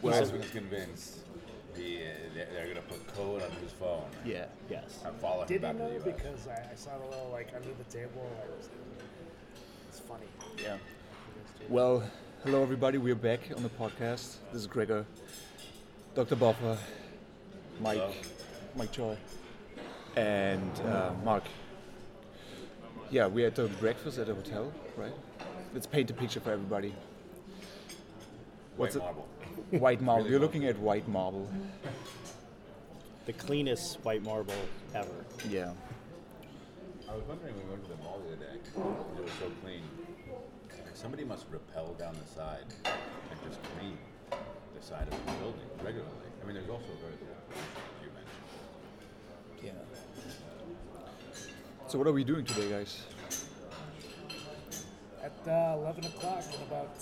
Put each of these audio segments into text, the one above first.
Well, said- Iceman's convinced he, they're, they're going to put code on his phone Yeah. Yes. and follow him Did you back to know? the U.S. Because I, I saw it a little like under the table. and I was, it's funny. Yeah. Well, hello everybody. We're back on the podcast. This is Gregor, Dr. Buffer, Mike, Hello. Mike Joy, and uh, Mark. Yeah, we're at a breakfast at a hotel, right? Let's paint a picture for everybody. White it? marble. White marble. Really You're looking at white marble. The cleanest white marble ever. Yeah. I was wondering when we went to the mall the other day. It was so clean. Like, somebody must rappel down the side and just clean the side of the building regularly. I mean, there's also very little pollution, as you mentioned. Yeah. So what are we doing today, guys? At uh, 11 o'clock, in about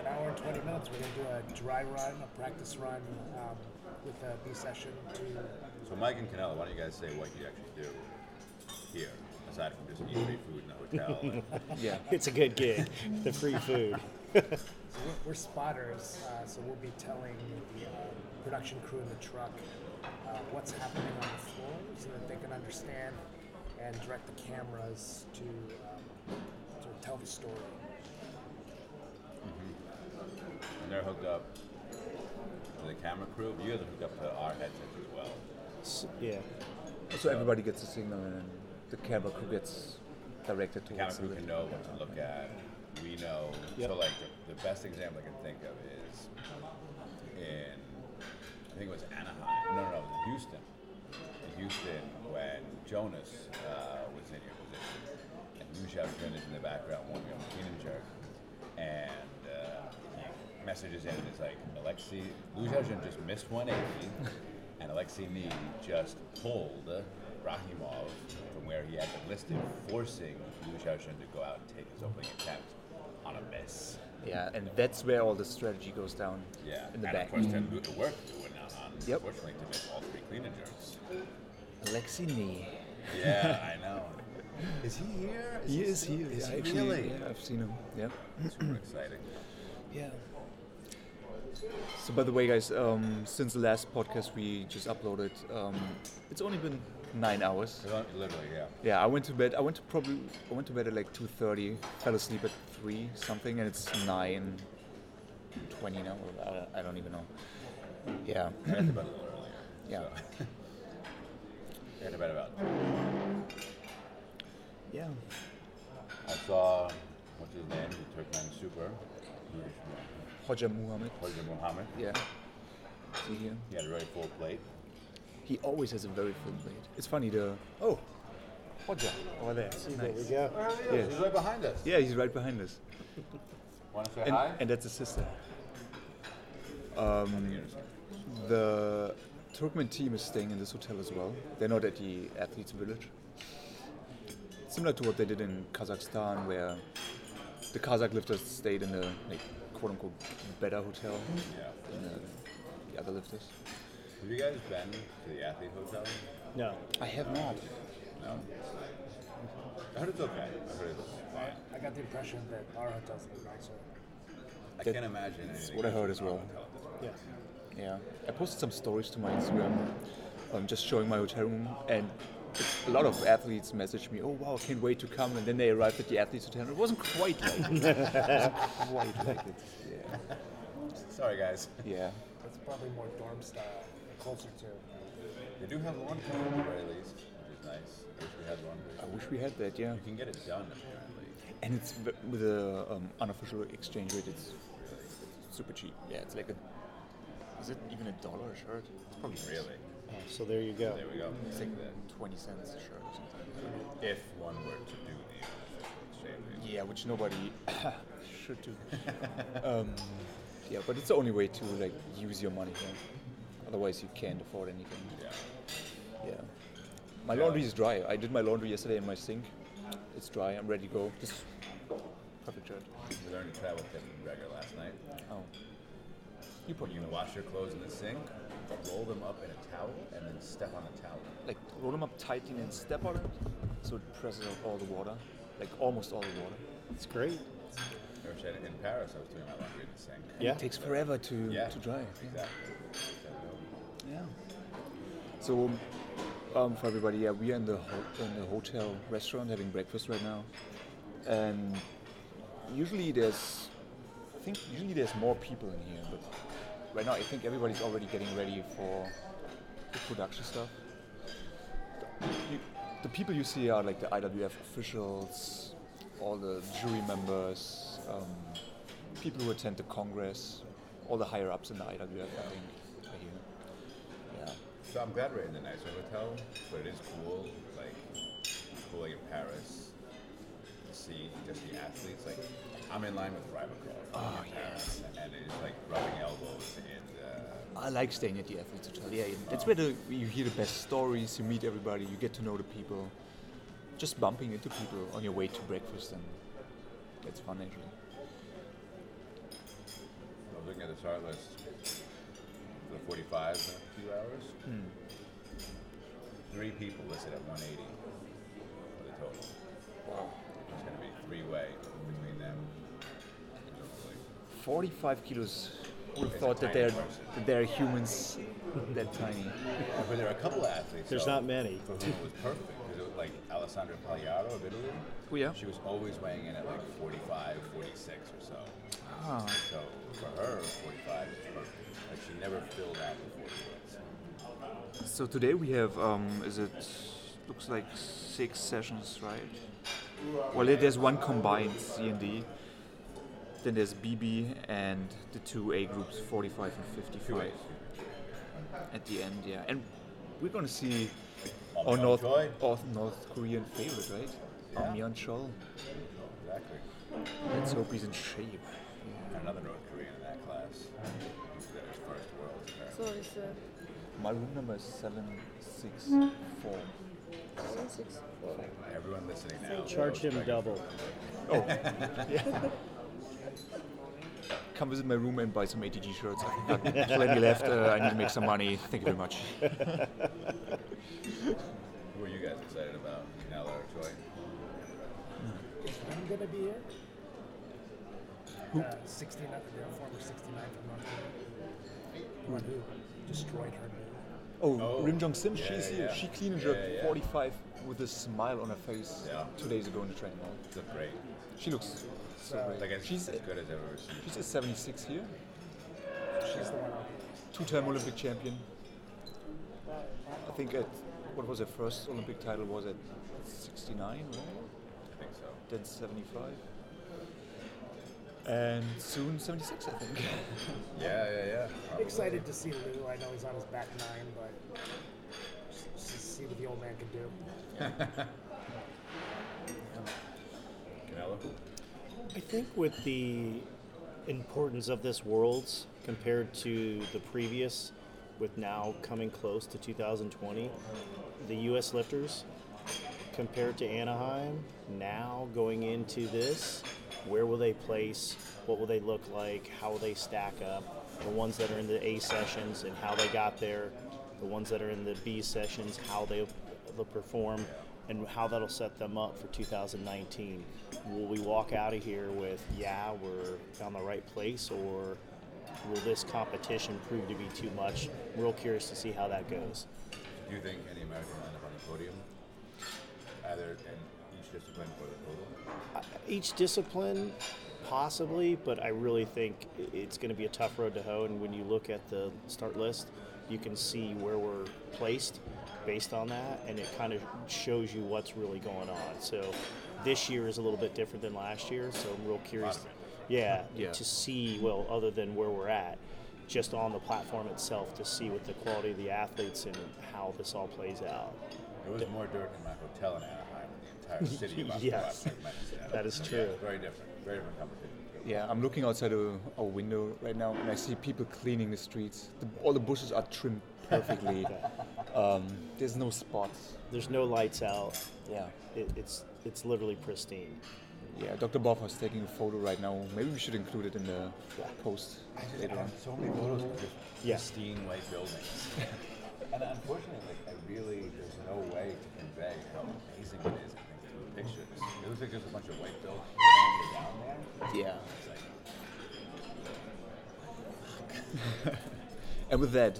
an hour and 20 minutes, we're going to do a dry run, a practice run um, with a B session to. So Mike and Canelo, why don't you guys say what you actually do here, aside from just eat free food in the hotel? and- Yeah. It's a good gig. the free food. So we're, we're spotters, uh, so we'll be telling the uh, production crew in the truck uh, what's happening on the floor so that they can understand and direct the cameras to, um, to tell the story. and they're hooked up to the camera crew. You guys are hooked up to our headsets as well. S- yeah. So everybody gets a signal, and then the camera crew gets directed The towards camera crew can know what to look at. We know. Yep. So like the, the best example I can think of is in I think it was Anaheim. No, no, no, it was Houston. In Houston, when Jonas uh, was in your position, and Mushav Jonas in the background warming up Keenan Jerk, and uh, he messages in and it's like Alexi Mushav just missed 180, and Alexi Nee just pulled Rahimov from where he had been listed, forcing Mushav to go out and take his opening attempt on a miss. Yeah, and that's where all the strategy goes down. Yeah, in the and back. Mm. of course then Luka worked doing that on, Yep. unfortunately, to miss all three clean and jerks. Alexi Nee. Yeah, I know. Is he here? He is still- here. Is yeah, he actually, really? yeah, I've seen him. Yeah. Super exciting. Yeah. So by the way, guys, um, since the last podcast we just uploaded, um, it's only been nine hours. So, Literally, yeah. Yeah, I went to bed. I went to probably I went to bed at like two thirty. Fell asleep at three something, and it's nine twenty now. or I don't- I don't even know. Yeah. I had to bed a little earlier. Yeah. So. I had to bed about. Yeah. I saw, what's his name? The Turkmen Super. He was Hoja Muhammad. from Hoja Muhammad. Yeah. See here. He had a very full plate. He always has a very full plate. It's funny the oh, Roger over there. There we go. Where he? Yeah. He's He's right behind us. Yeah, he's right behind us, Want to say and, hi? and that's his sister. Interesting. The Turkmen team is staying in this hotel as well. They're not at the athletes' village. Similar to what they did in Kazakhstan, where the Kazakh lifters stayed in the like, quote-unquote better hotel yeah. than the, the other lifters. Have you guys been to the athlete hotel? No. I have not. No. I heard it's okay. I heard it's fine. I got the impression that our hotel's nicer. I That- can't imagine. anything what I else heard as about well. the hotel at this point. Yeah. Yeah, I posted some stories to my Instagram, um, just showing my hotel room, and a lot of athletes messaged me, "Oh wow, can't wait to come!" And then they arrived at the athletes' hotel. and It wasn't quite like it. it wasn't quite like it. Yeah. Sorry, guys. Yeah. It's probably more dorm style, closer to. They do have laundry at the very least, which is nice. I wish we had I laundry. wish we had that. Yeah. You can get it done apparently. And it's v- with a um, unofficial exchange rate. It's super cheap. Yeah, it's like a. Is it even a dollar a shirt? It's probably Really? Oh, so there you go. There we go. It's like twenty cents a shirt or something. If one were to do the exchange rate. Yeah, which nobody should do. um, yeah, but it's the only way to like use your money here. Otherwise, you can't afford anything. Yeah. Yeah. My laundry is dry. I did my laundry yesterday in my sink. It's dry. I'm ready to go. This is perfect shirt. We learned a travel tip from Gregor last night. Oh. You put You can wash your clothes in the sink, roll them up in a towel, and then step on the towel. like roll them up tightly and then step on it, so it presses out all the water, like almost all the water. It's great. I wish I had- in Paris, I was doing my laundry in the sink. Yeah. It takes forever to, Yeah. to dry. yeah. Exactly. So, no. Yeah. So, um, for everybody, yeah, we are in the ho- in the hotel restaurant having breakfast right now, and usually there's, I think usually there's more people in here, but right now I think everybody's already getting ready for the production stuff. You, the people you see are like the IWF officials, all the jury members, um, people who attend the Congress, all the higher ups in the IWF. I think are here. Yeah. So I'm glad we're in the nicer hotel, but it is cool. Like, it's cool like in Paris. to See just the athletes. Like, I'm in line with Rybakov. Oh yes. And it is like rubbing elbows and. Uh, I like staying at the athletes hotel. Yeah, yeah. it's where the, you hear the best stories. You meet everybody. You get to know the people. Just bumping into people on your way to breakfast and that's fun eh, actually. I was looking at the chart list for the 45 in a few hours. Three people listed at 180 for the total. Wow. It's going to be three way between them. Hopefully. 45 kilos. Would have It's thought a that tiny they're person. that they're humans that tiny. But there are a couple of athletes. There's though, not many. For whom it was perfect. 'cause it was like Alessandra Pagliaro of Italy. Oh, yeah? She was always weighing in at like 45, 46 or so. Ah, So for her, 45 is perfect. Like she never filled out the 40 weights. So today we have, um, is it, looks like six sessions, right? Well, it- there's one combined C and D. Then there's BB and the two A groups, 45 and 55. At the end, yeah. And we're gonna see Oh, our North Choi. our North Korean favorite, right? Yeah. Myung Chol. Exactly. Let's hope he's in shape. Another North Korean in that class. He's got his first world. So it's uh, My room number is seven six four. seven, six, four. Everyone listening now. Charged him double. come visit my room and buy some ATG shirts. I've got plenty left. Uh, I need to make some money. Thank you very much. Who are you guys excited about? Ella or Choi? Is Lim gonna be here? Who? Uh, 69, their former 69 from North Korea. One who destroyed her. knee. Oh, Oh, Rim Jong Sim, yeah, she's yeah, here. yeah. She clean and Yeah, jerked yeah. 45 with a smile on her face Yeah. two days ago in the training hall. It's a great. She looks so great. Like as, she's, as good as I've ever seen. she's a 76 here, She's the one. on- two time Olympic champion. I think at what was her first Olympic title was at 69, right? I think so. Then 75. And soon 76, I think. Yeah, yeah, yeah. probably. Excited to see Lou. I know he's on his back nine, but just, just see what the old man can do. Canelo. I think with the importance of this Worlds compared to the previous, with now coming close to 2020, the U.S. lifters compared to Anaheim, now going into this, where will they place? What will they look like? How will they stack up? The ones that are in the A sessions and how they got there, the ones that are in the B sessions, how they will perform, and how that'll set them up for 2019. Will we walk out of here with, yeah, we're on the right place, or will this competition prove to be too much? Real curious to see how that goes. Do you think any American will end up on the podium? Either in each discipline or the total? each discipline possibly but i really think i- it's going to be a tough road to hoe and when you look at the start list you can see where we're placed based on that and it kind of shows you what's really going on so this year is a little bit different than last year so i'm real curious yeah, Yeah. to see well other than where we're at just on the platform itself to see what the quality of the athletes and how this all plays out There was more dirt in my hotel in Anaheim than the entire city about Yes. the last minutes. That is Yeah, true. Very different. Very different competition. Yeah, I'm looking outside a, a window right now, and I see people cleaning the streets. The, all the bushes are trimmed perfectly. um, there's no spots. there's no lights out Yeah. it, it's it's literally pristine Yeah, Dr. Boffa's taking a photo right now. Maybe we should include it in the post I just I later on. have so many photos of just Yeah. pristine white buildings. and unfortunately, like, I really, there's no way to convey how amazing it is, I think, to pictures. It looks like there's a bunch of white buildings down there. Yeah. It's like, And with that,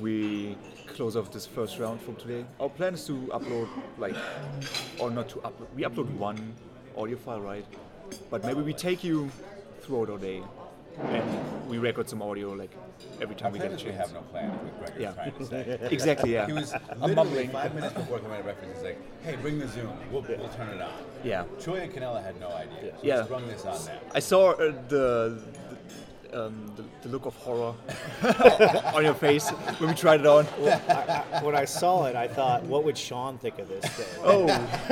we close off this first round from today. Our plan is to upload, like, or not to upload, we upload one audio file, right? But maybe we take you throughout our day and we record some audio, like, every time I'm we get a we chance. have no plan. is What Gregor Yeah. was trying to say. Exactly, yeah. He was I'm literally mumbling. five minutes before coming to reference. He's like, "Hey, bring the Zoom. We'll, we'll turn it on." Yeah. Troy and Canella had no idea. So Yeah. yeah. Sprung this on them. I saw uh, the the, um, the the look of horror on your face when we tried it on. when I saw it, I thought, what would Sean think of this thing? Oh,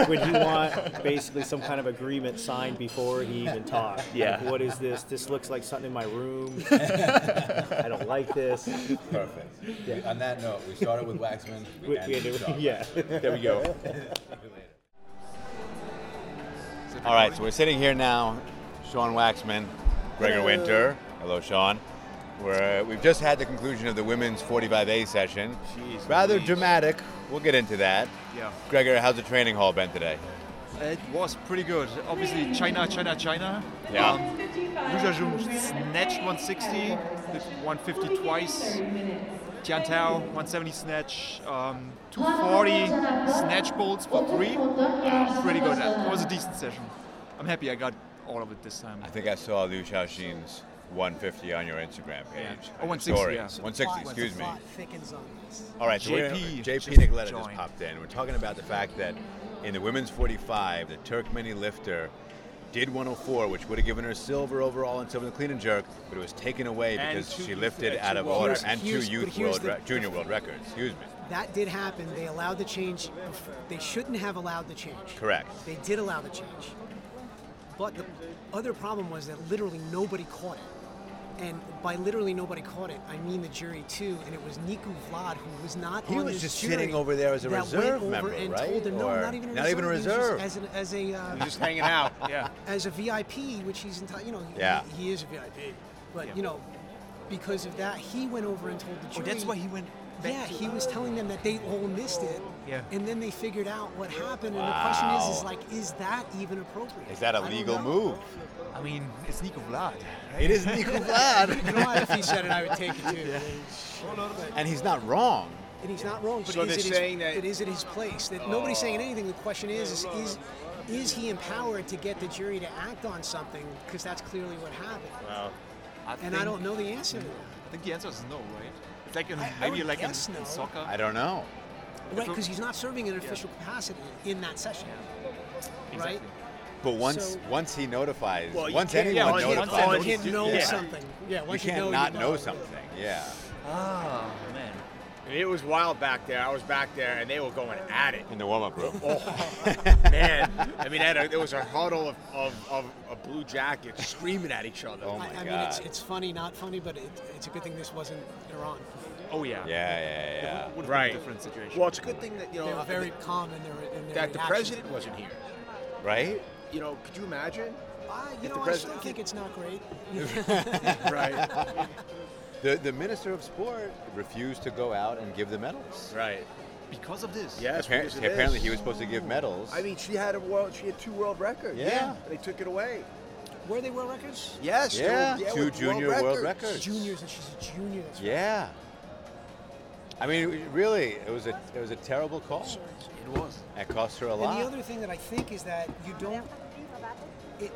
would he want basically some kind of agreement signed before he even talked? Yeah. Like, what is this? This looks like something in my room. I don't like this. Perfect. On that note, we started with Waxman. We, We, we ended had with to, Sean. yeah. there we go. All right, so we're sitting here now, Sean Waxman, Gregor Winter. Hello, Sean. We're, we've just had the conclusion of the women's 45A session. Jeez Rather Louise. dramatic. We'll get into that. Yeah. Gregor, how's the training hall been today? It was pretty good. Obviously, China, China, China. Yeah. Um, Lu Jiajun snatched 160, did 150 twice. Tian Tao, 170 snatch, um, 240 snatch bolts for three. Pretty good. That was a decent session. I'm happy I got all of it this time. I think I saw Liu Shaoxin's 150 on your Instagram page. Yeah. on Oh, your 160, story. yeah. 160, excuse me. thickens on this. All right, so we're gonna- JP JP just Nicoletta just joined. popped in. We're talking about the fact that in the women's 45, the Turkmeni lifter did 104, which would have given her silver overall and silver in the clean and jerk, but it was taken away And because two she youth- lifted uh, two out of world order records. and two Here's- but youth here's world the- re- junior world records. Excuse me. That did happen. They allowed the change. They shouldn't have allowed the change. Correct. They did allow the change. But the other problem was that literally nobody caught it. And by literally nobody caught it, I mean the jury too. And it was Niku Vlad who was not He on was this just jury sitting over there as a that reserve went over member, and right? Told them, no, Or- not even a not even a reserve. He was just reserve. As, an, as a uh, Just hanging out. Yeah. as a VIP, which he's entitled, you know, he- Yeah. he, is a VIP, but you know, because of that, he went over and told the Oh, jury. that's why he went back Yeah, to- he was telling them that they all missed it. Yeah. And then they figured out what happened, and the question is, is Wow. like, is that even appropriate? Is that a I don't legal know. move? I mean, it's Nico Vlad. It is Nico Vlad. You know what? If he said it, I would take it too. and he's not wrong. And he's not wrong, but So is, they're it his, saying that- it is at his place. That nobody's saying anything. The question is, is, is, is he empowered to get the jury to act on something? Because that's clearly what happened. And I think- don't know the answer to that. I think the answer is no, right? It's like in, I- I maybe would like in, guess no. in soccer. I don't know. Right, So- because he's not serving in an official capacity in that session. Right? Exactly. But once So- once he notifies, Well, you once can't- yeah, anyone once- You once notifies, I can't, noticed can't it, know yeah. something. Yeah, you once you, can't know, not you know something. Yeah. Ah, man. And it was wild back there. I was back there, and they were going at it. Oh, In the warm-up room. Man, I mean, I had a, there was a huddle of, of, of, of blue jackets screaming at each other. Oh I, my I god. mean, it's, it's funny, not funny, but it, it's a good thing this wasn't Iran. Oh yeah. yeah, yeah, yeah. Would have Right. been a different situation. Well, it's a good thing that you They were know very calm in their, in their that the reactions. president wasn't here. Right? You know, could you imagine? Uh, you know, I still president- think it's not great. Right. The, the Minister of Sport refused to go out and give the medals. right. because of this. Yes. Appar- because of this. apparently, he was supposed to give medals. I mean, she had a world. She had two world records. Yeah. They took it away. Were they world records? Yes. they yeah, were- yeah, two with junior world, records. Juniors, and she's a junior. That's Yeah. I mean, it- really, it was a it was a terrible call. It was. It cost her a And the lot. other thing that I think is that you don't. It,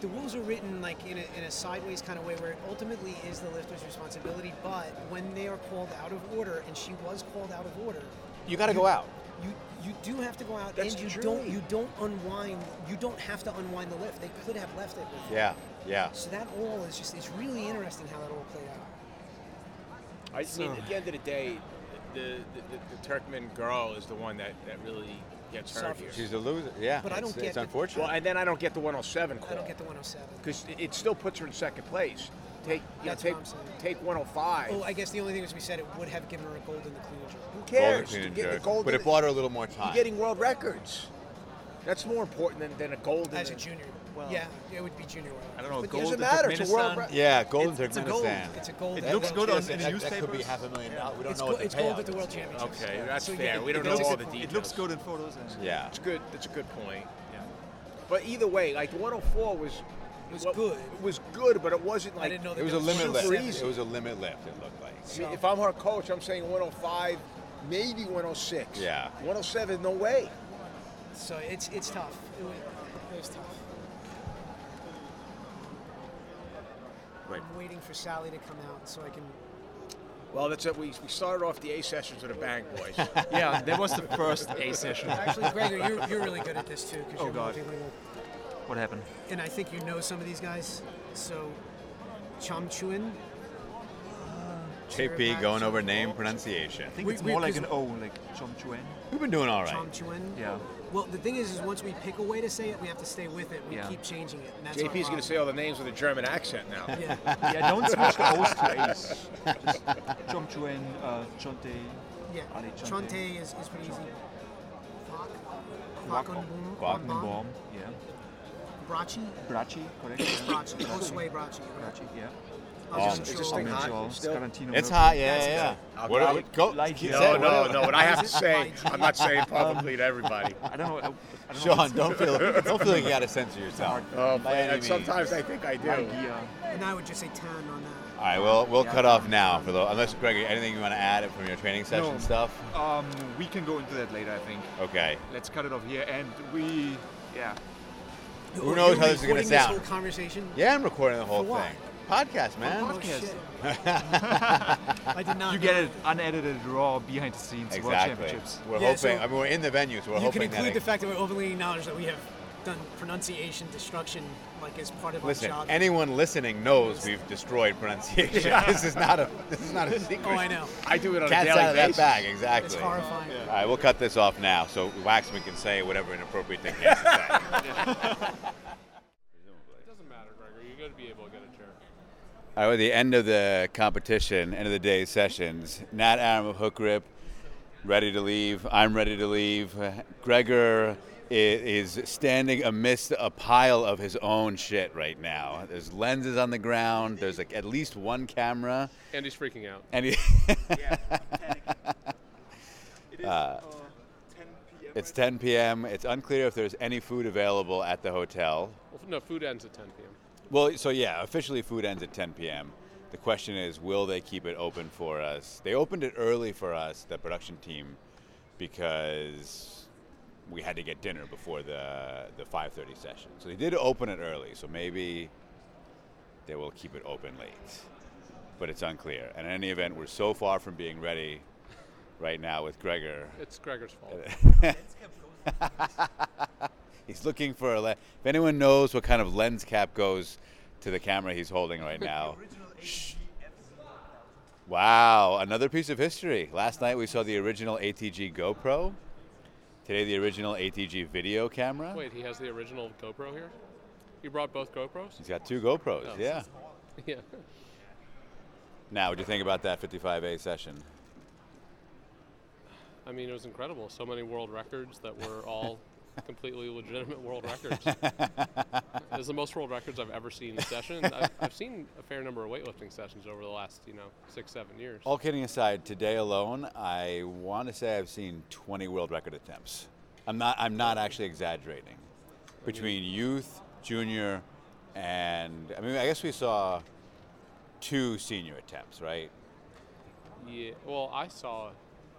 the rules are written like in a, in a sideways kind of way where it ultimately is the lifter's responsibility, but when they are called out of order, and she was called out of order, you got to go out. you you do have to go out That's and you true. don't you don't unwind you don't have to unwind the lift. They could have left it with Yeah, yeah. it. So that all is just it's really interesting how that all played out. I mean, at the end of the day, the, the, the, the Turkmen girl is the one that, that really gets hurt Suffers. here. She's a loser. Yeah, But I don't it's, get it's the- unfortunate. Well, and then I don't get the 107 call. I don't get the 107. because it still puts her in second place. Take you know, That's what take I'm saying. take 105. Oh, I guess the only thing is we said it would have given her a gold in the clean and jerk. Who Golden cares? clean You and get the jerk. gold but in it the- bought her a little more time. You're getting world records. That's more important than, than a gold in as a the- junior. well. Yeah, it would be junior oil. I don't know. But gold doesn't to matter. It's a world Turkmenistan? re- Yeah, gold in it's, a gold. Turkmenistan. It's a gold. It That- looks that- good on that- in the that- newspapers. That could be half a million dollars. We don't It's, know go- what the it's gold at payout the is. World Championships. Okay, Yeah. that's So you- fair. We it- don't it know looks- all the details. It looks good in photos. And Yeah. It's good. That's a good point. Yeah. But either way, like 104 was Was wa- good. It was good, but it wasn't like didn't know It that was a It's limit super lift. easy. It was a limit lift. It looked like. I mean, if I'm her coach, I'm saying 105, maybe 106. Yeah. 107, no way. So it's it's tough. It was, it was tough. Right. I'm waiting for Sally to come out so I can. Well, that's it. We, we started off the A sessions with a bang, boys. Yeah, that was the first A session. Actually, Gregor, you're, you're really good at this too because Oh, you're God. multilingual, what happened? and I think you know some of these guys. So, Cham Chuan. JP going over name pronunciation. I think We- it's we- more like 'cause- an O, like Chom Chuen. We've been doing all right. Cham Chuan. Yeah. Well, the thing is, is once we pick a way to say it, we have to stay with it. We Yeah. keep changing it. And that's our JP's going to say all the names with a German accent now. problem. Yeah, don't switch the O's to A's. Just Chom Chuen, uh, Chonte. Yeah, yeah. Ali Chante. Chante is, is pretty easy. Kwok. Kwok- Kwakunbom- Wagnerbom, yeah. Brachi. Brachi, correct? Brachi. Josue Brachi. Brachi, yeah. Ajahn Is this Chol. thing hot Armenjol, still? Scarantino. It's hot. Yeah, That's yeah. good. yeah. What are we? Go. Like keep you. No, saying no, what- no. What I have to say, I'm not Um, saying publicly to everybody. I don't know. I, I don't know Sean, what's- don't feel. Don't feel like you got to censor yourself. Oh, By any and means. sometimes I think I do. Yeah. And I would just say 10 on that. All right, we'll we'll cut off now for the unless Gregory, anything you want to add from your training session No. stuff. Um, we can go into that later, I think. Okay. Let's cut it off here, and we, yeah. Who knows how this is gonna Recording sound? This whole conversation. Yeah, I'm recording the whole For what? thing. Podcast, man. Oh, shit. I did not. You know get that. it unedited, raw, behind the scenes, World Exactly. Championships. We're Yeah, hoping. so I mean, we're in the venue, so we're You can hoping that. include it- the fact that we openly acknowledge that we have done pronunciation destruction like as part of listen, our job. anyone listening knows we've destroyed pronunciation. this is not a. This is not a secret. oh, I know. I do it on Cat's a daily out of that basis. bag, exactly. It's horrifying. All right, we'll cut this off now so Waxman can say whatever inappropriate thing he has to say. doesn't matter, Gregor. You're going to be able to get a chair. All right, we're at the end of the competition, end of the day's sessions. Nat Aram of Hook Grip, ready to leave. I'm ready to leave. Gregor i- is standing amidst a pile of his own shit right now. There's lenses on the ground. There's like at least one camera, And he's freaking out. and he, It is uh, 10 p.m. it's 10 p.m. It's unclear if there's any food available at the hotel. Well, no, food ends at 10 p.m. Well, so yeah, officially food ends at 10 p.m. The question is, will they keep it open for us? They opened it early for us, the production team, because we had to get dinner before the the 5:30 session. So they did open it early. So maybe they will keep it open late, but it's unclear. And in any event, we're so far from being ready right now with Gregor. It's Gregor's fault. He's looking for a. Le- if anyone knows what kind of lens cap goes to the camera he's holding right now. Shh. Wow, another piece of history. Last night we saw the original ATG GoPro. Today the original ATG video camera. Wait, he has the original GoPro here? You brought both GoPros? He's got two GoPros. Oh. Yeah. Yeah. Now, what do you think about that 55A session? I mean, it was incredible. So many world records that were all completely legitimate world records. it was the most world records I've ever seen in a session. I've, I've seen a fair number of weightlifting sessions over the last, you know, six, seven years. All kidding aside, today alone, I want to say I've seen 20 world record attempts. I'm not. I'm not actually exaggerating. Between youth, junior, and I mean, I guess we saw two senior attempts, right? Yeah. Well, I saw,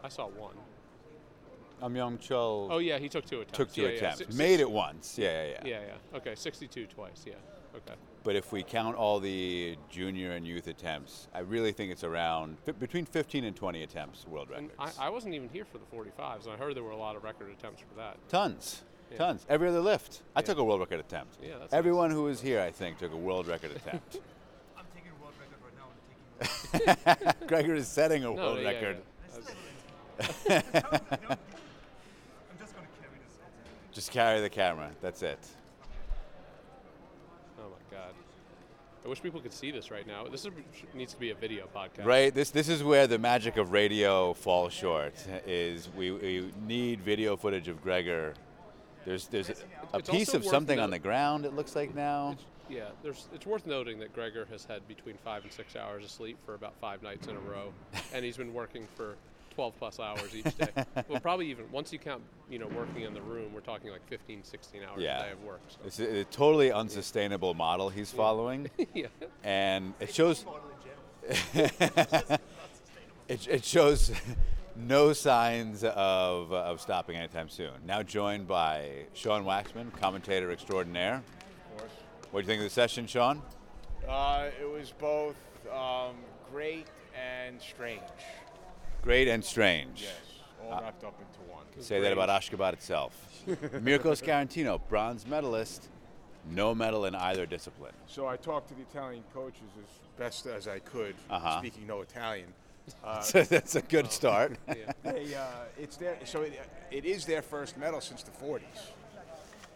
I saw one. Um, Young Chul Oh yeah, he took two attempts. took two Yeah, yeah. attempts, Six- made it once. Yeah, yeah, yeah, Yeah, yeah. Okay, 62 twice. Yeah. Okay. But if we count all the junior and youth attempts, I really think it's around f- between 15 and 20 attempts world And records. I, I wasn't even here for the 45s, and I heard there were a lot of record attempts for that. Tons. Yeah. Tons. Every other lift. I took a world record attempt. Yeah, that's Everyone who was here, I think, took a world record attempt. I'm taking world record right now. I'm taking Gregor is setting a No, world yeah, yeah. record. That's- I'm just going to carry this out. Just carry the camera. That's it. Oh my god. I wish people could see this right now. This is, needs to be a video podcast. Right? This this is where the magic of radio falls short is we, we need video footage of Gregor There's there's a, a It's piece also of worth something on note- the ground. It looks like now. Yeah, there's. It's worth noting that Gregor has had between five and six hours of sleep for about five nights in a row, and he's been working for 12 plus hours each day. well, probably even once you count, you know, working in the room, we're talking like 15, 16 hours yeah, a day of work. So. it's a, a totally unsustainable model he's following. Yeah. and it shows. it, it shows no signs of, of stopping anytime soon. Now joined by Sean Waxman, commentator extraordinaire. What do you think of the session, Sean? Uh, it was both um, great and strange. Great and strange. Yes, all wrapped up into one. Uh, Say that about Ashgabat itself. Mirko Scarantino, bronze medalist, no medal in either discipline. So I talked to the Italian coaches as best as I could, Uh-huh. speaking no Italian. Uh, So that's a good start. they, uh, it's their, so it, it is their first medal since the 40s.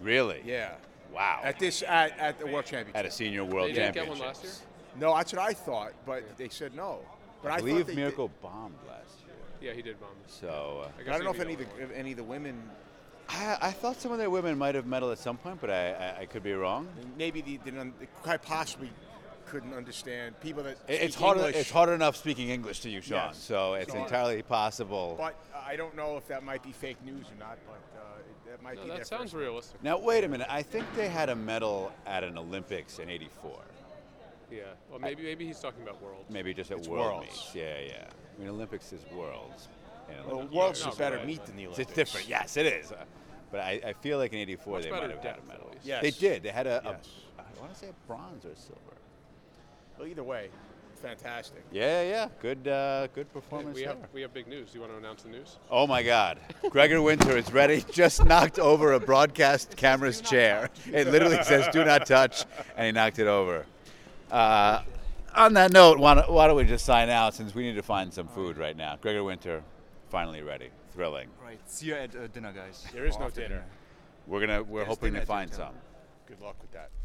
Really? Yeah. Wow. At this, at, at the World Championship. At a senior world They championship. didn't get one last year. No, that's what I thought, but they said no. But I I, believe thought they Mirko bombed last year. Yeah, he did bomb. So uh, Did. I, don't know if any of, the, if any of the women, I, I thought some of their women might have medaled at some point, but I, I, I could be wrong. maybe they didn't, un- they quite possibly couldn't understand people that. It- it's speak harder. English, It's hard enough speaking English to you, Sean. Yes. So it's So- entirely possible. But I don't know if that might be fake news or not, but uh, it- that might No, be that their sounds first- realistic. now wait a minute. I think they had a medal at an Olympics in '84. Yeah. Well, maybe maybe he's talking about world. Maybe just at It's world Worlds. meets. Yeah, yeah. I mean, Olympics is worlds. and Well, Olympic Worlds Games, is a better but meet than the It's Olympics. different. Yes, it is. Uh, But I, I feel like in '84 Much they better might have had a depth, medal. at least. Yes. They did. They had a. a- Yes. I want to say a bronze or silver. Well, either way, fantastic. Yeah, yeah. Good, uh, good performance We there. have we have big news. Do you want to announce the news? Oh my God. Gregor Winter is ready. Just knocked over a broadcast camera's chair. It literally says, do not touch, and he knocked it over. Uh, on that note, why don't, why don't we just sign out since we need to find some food right now? Gregor Winter, finally ready. Thrilling. Right. See you at uh, dinner, guys. There is Or no after dinner. We're, gonna, we're Yes, hoping dinner to at find your some. time. Good luck with that.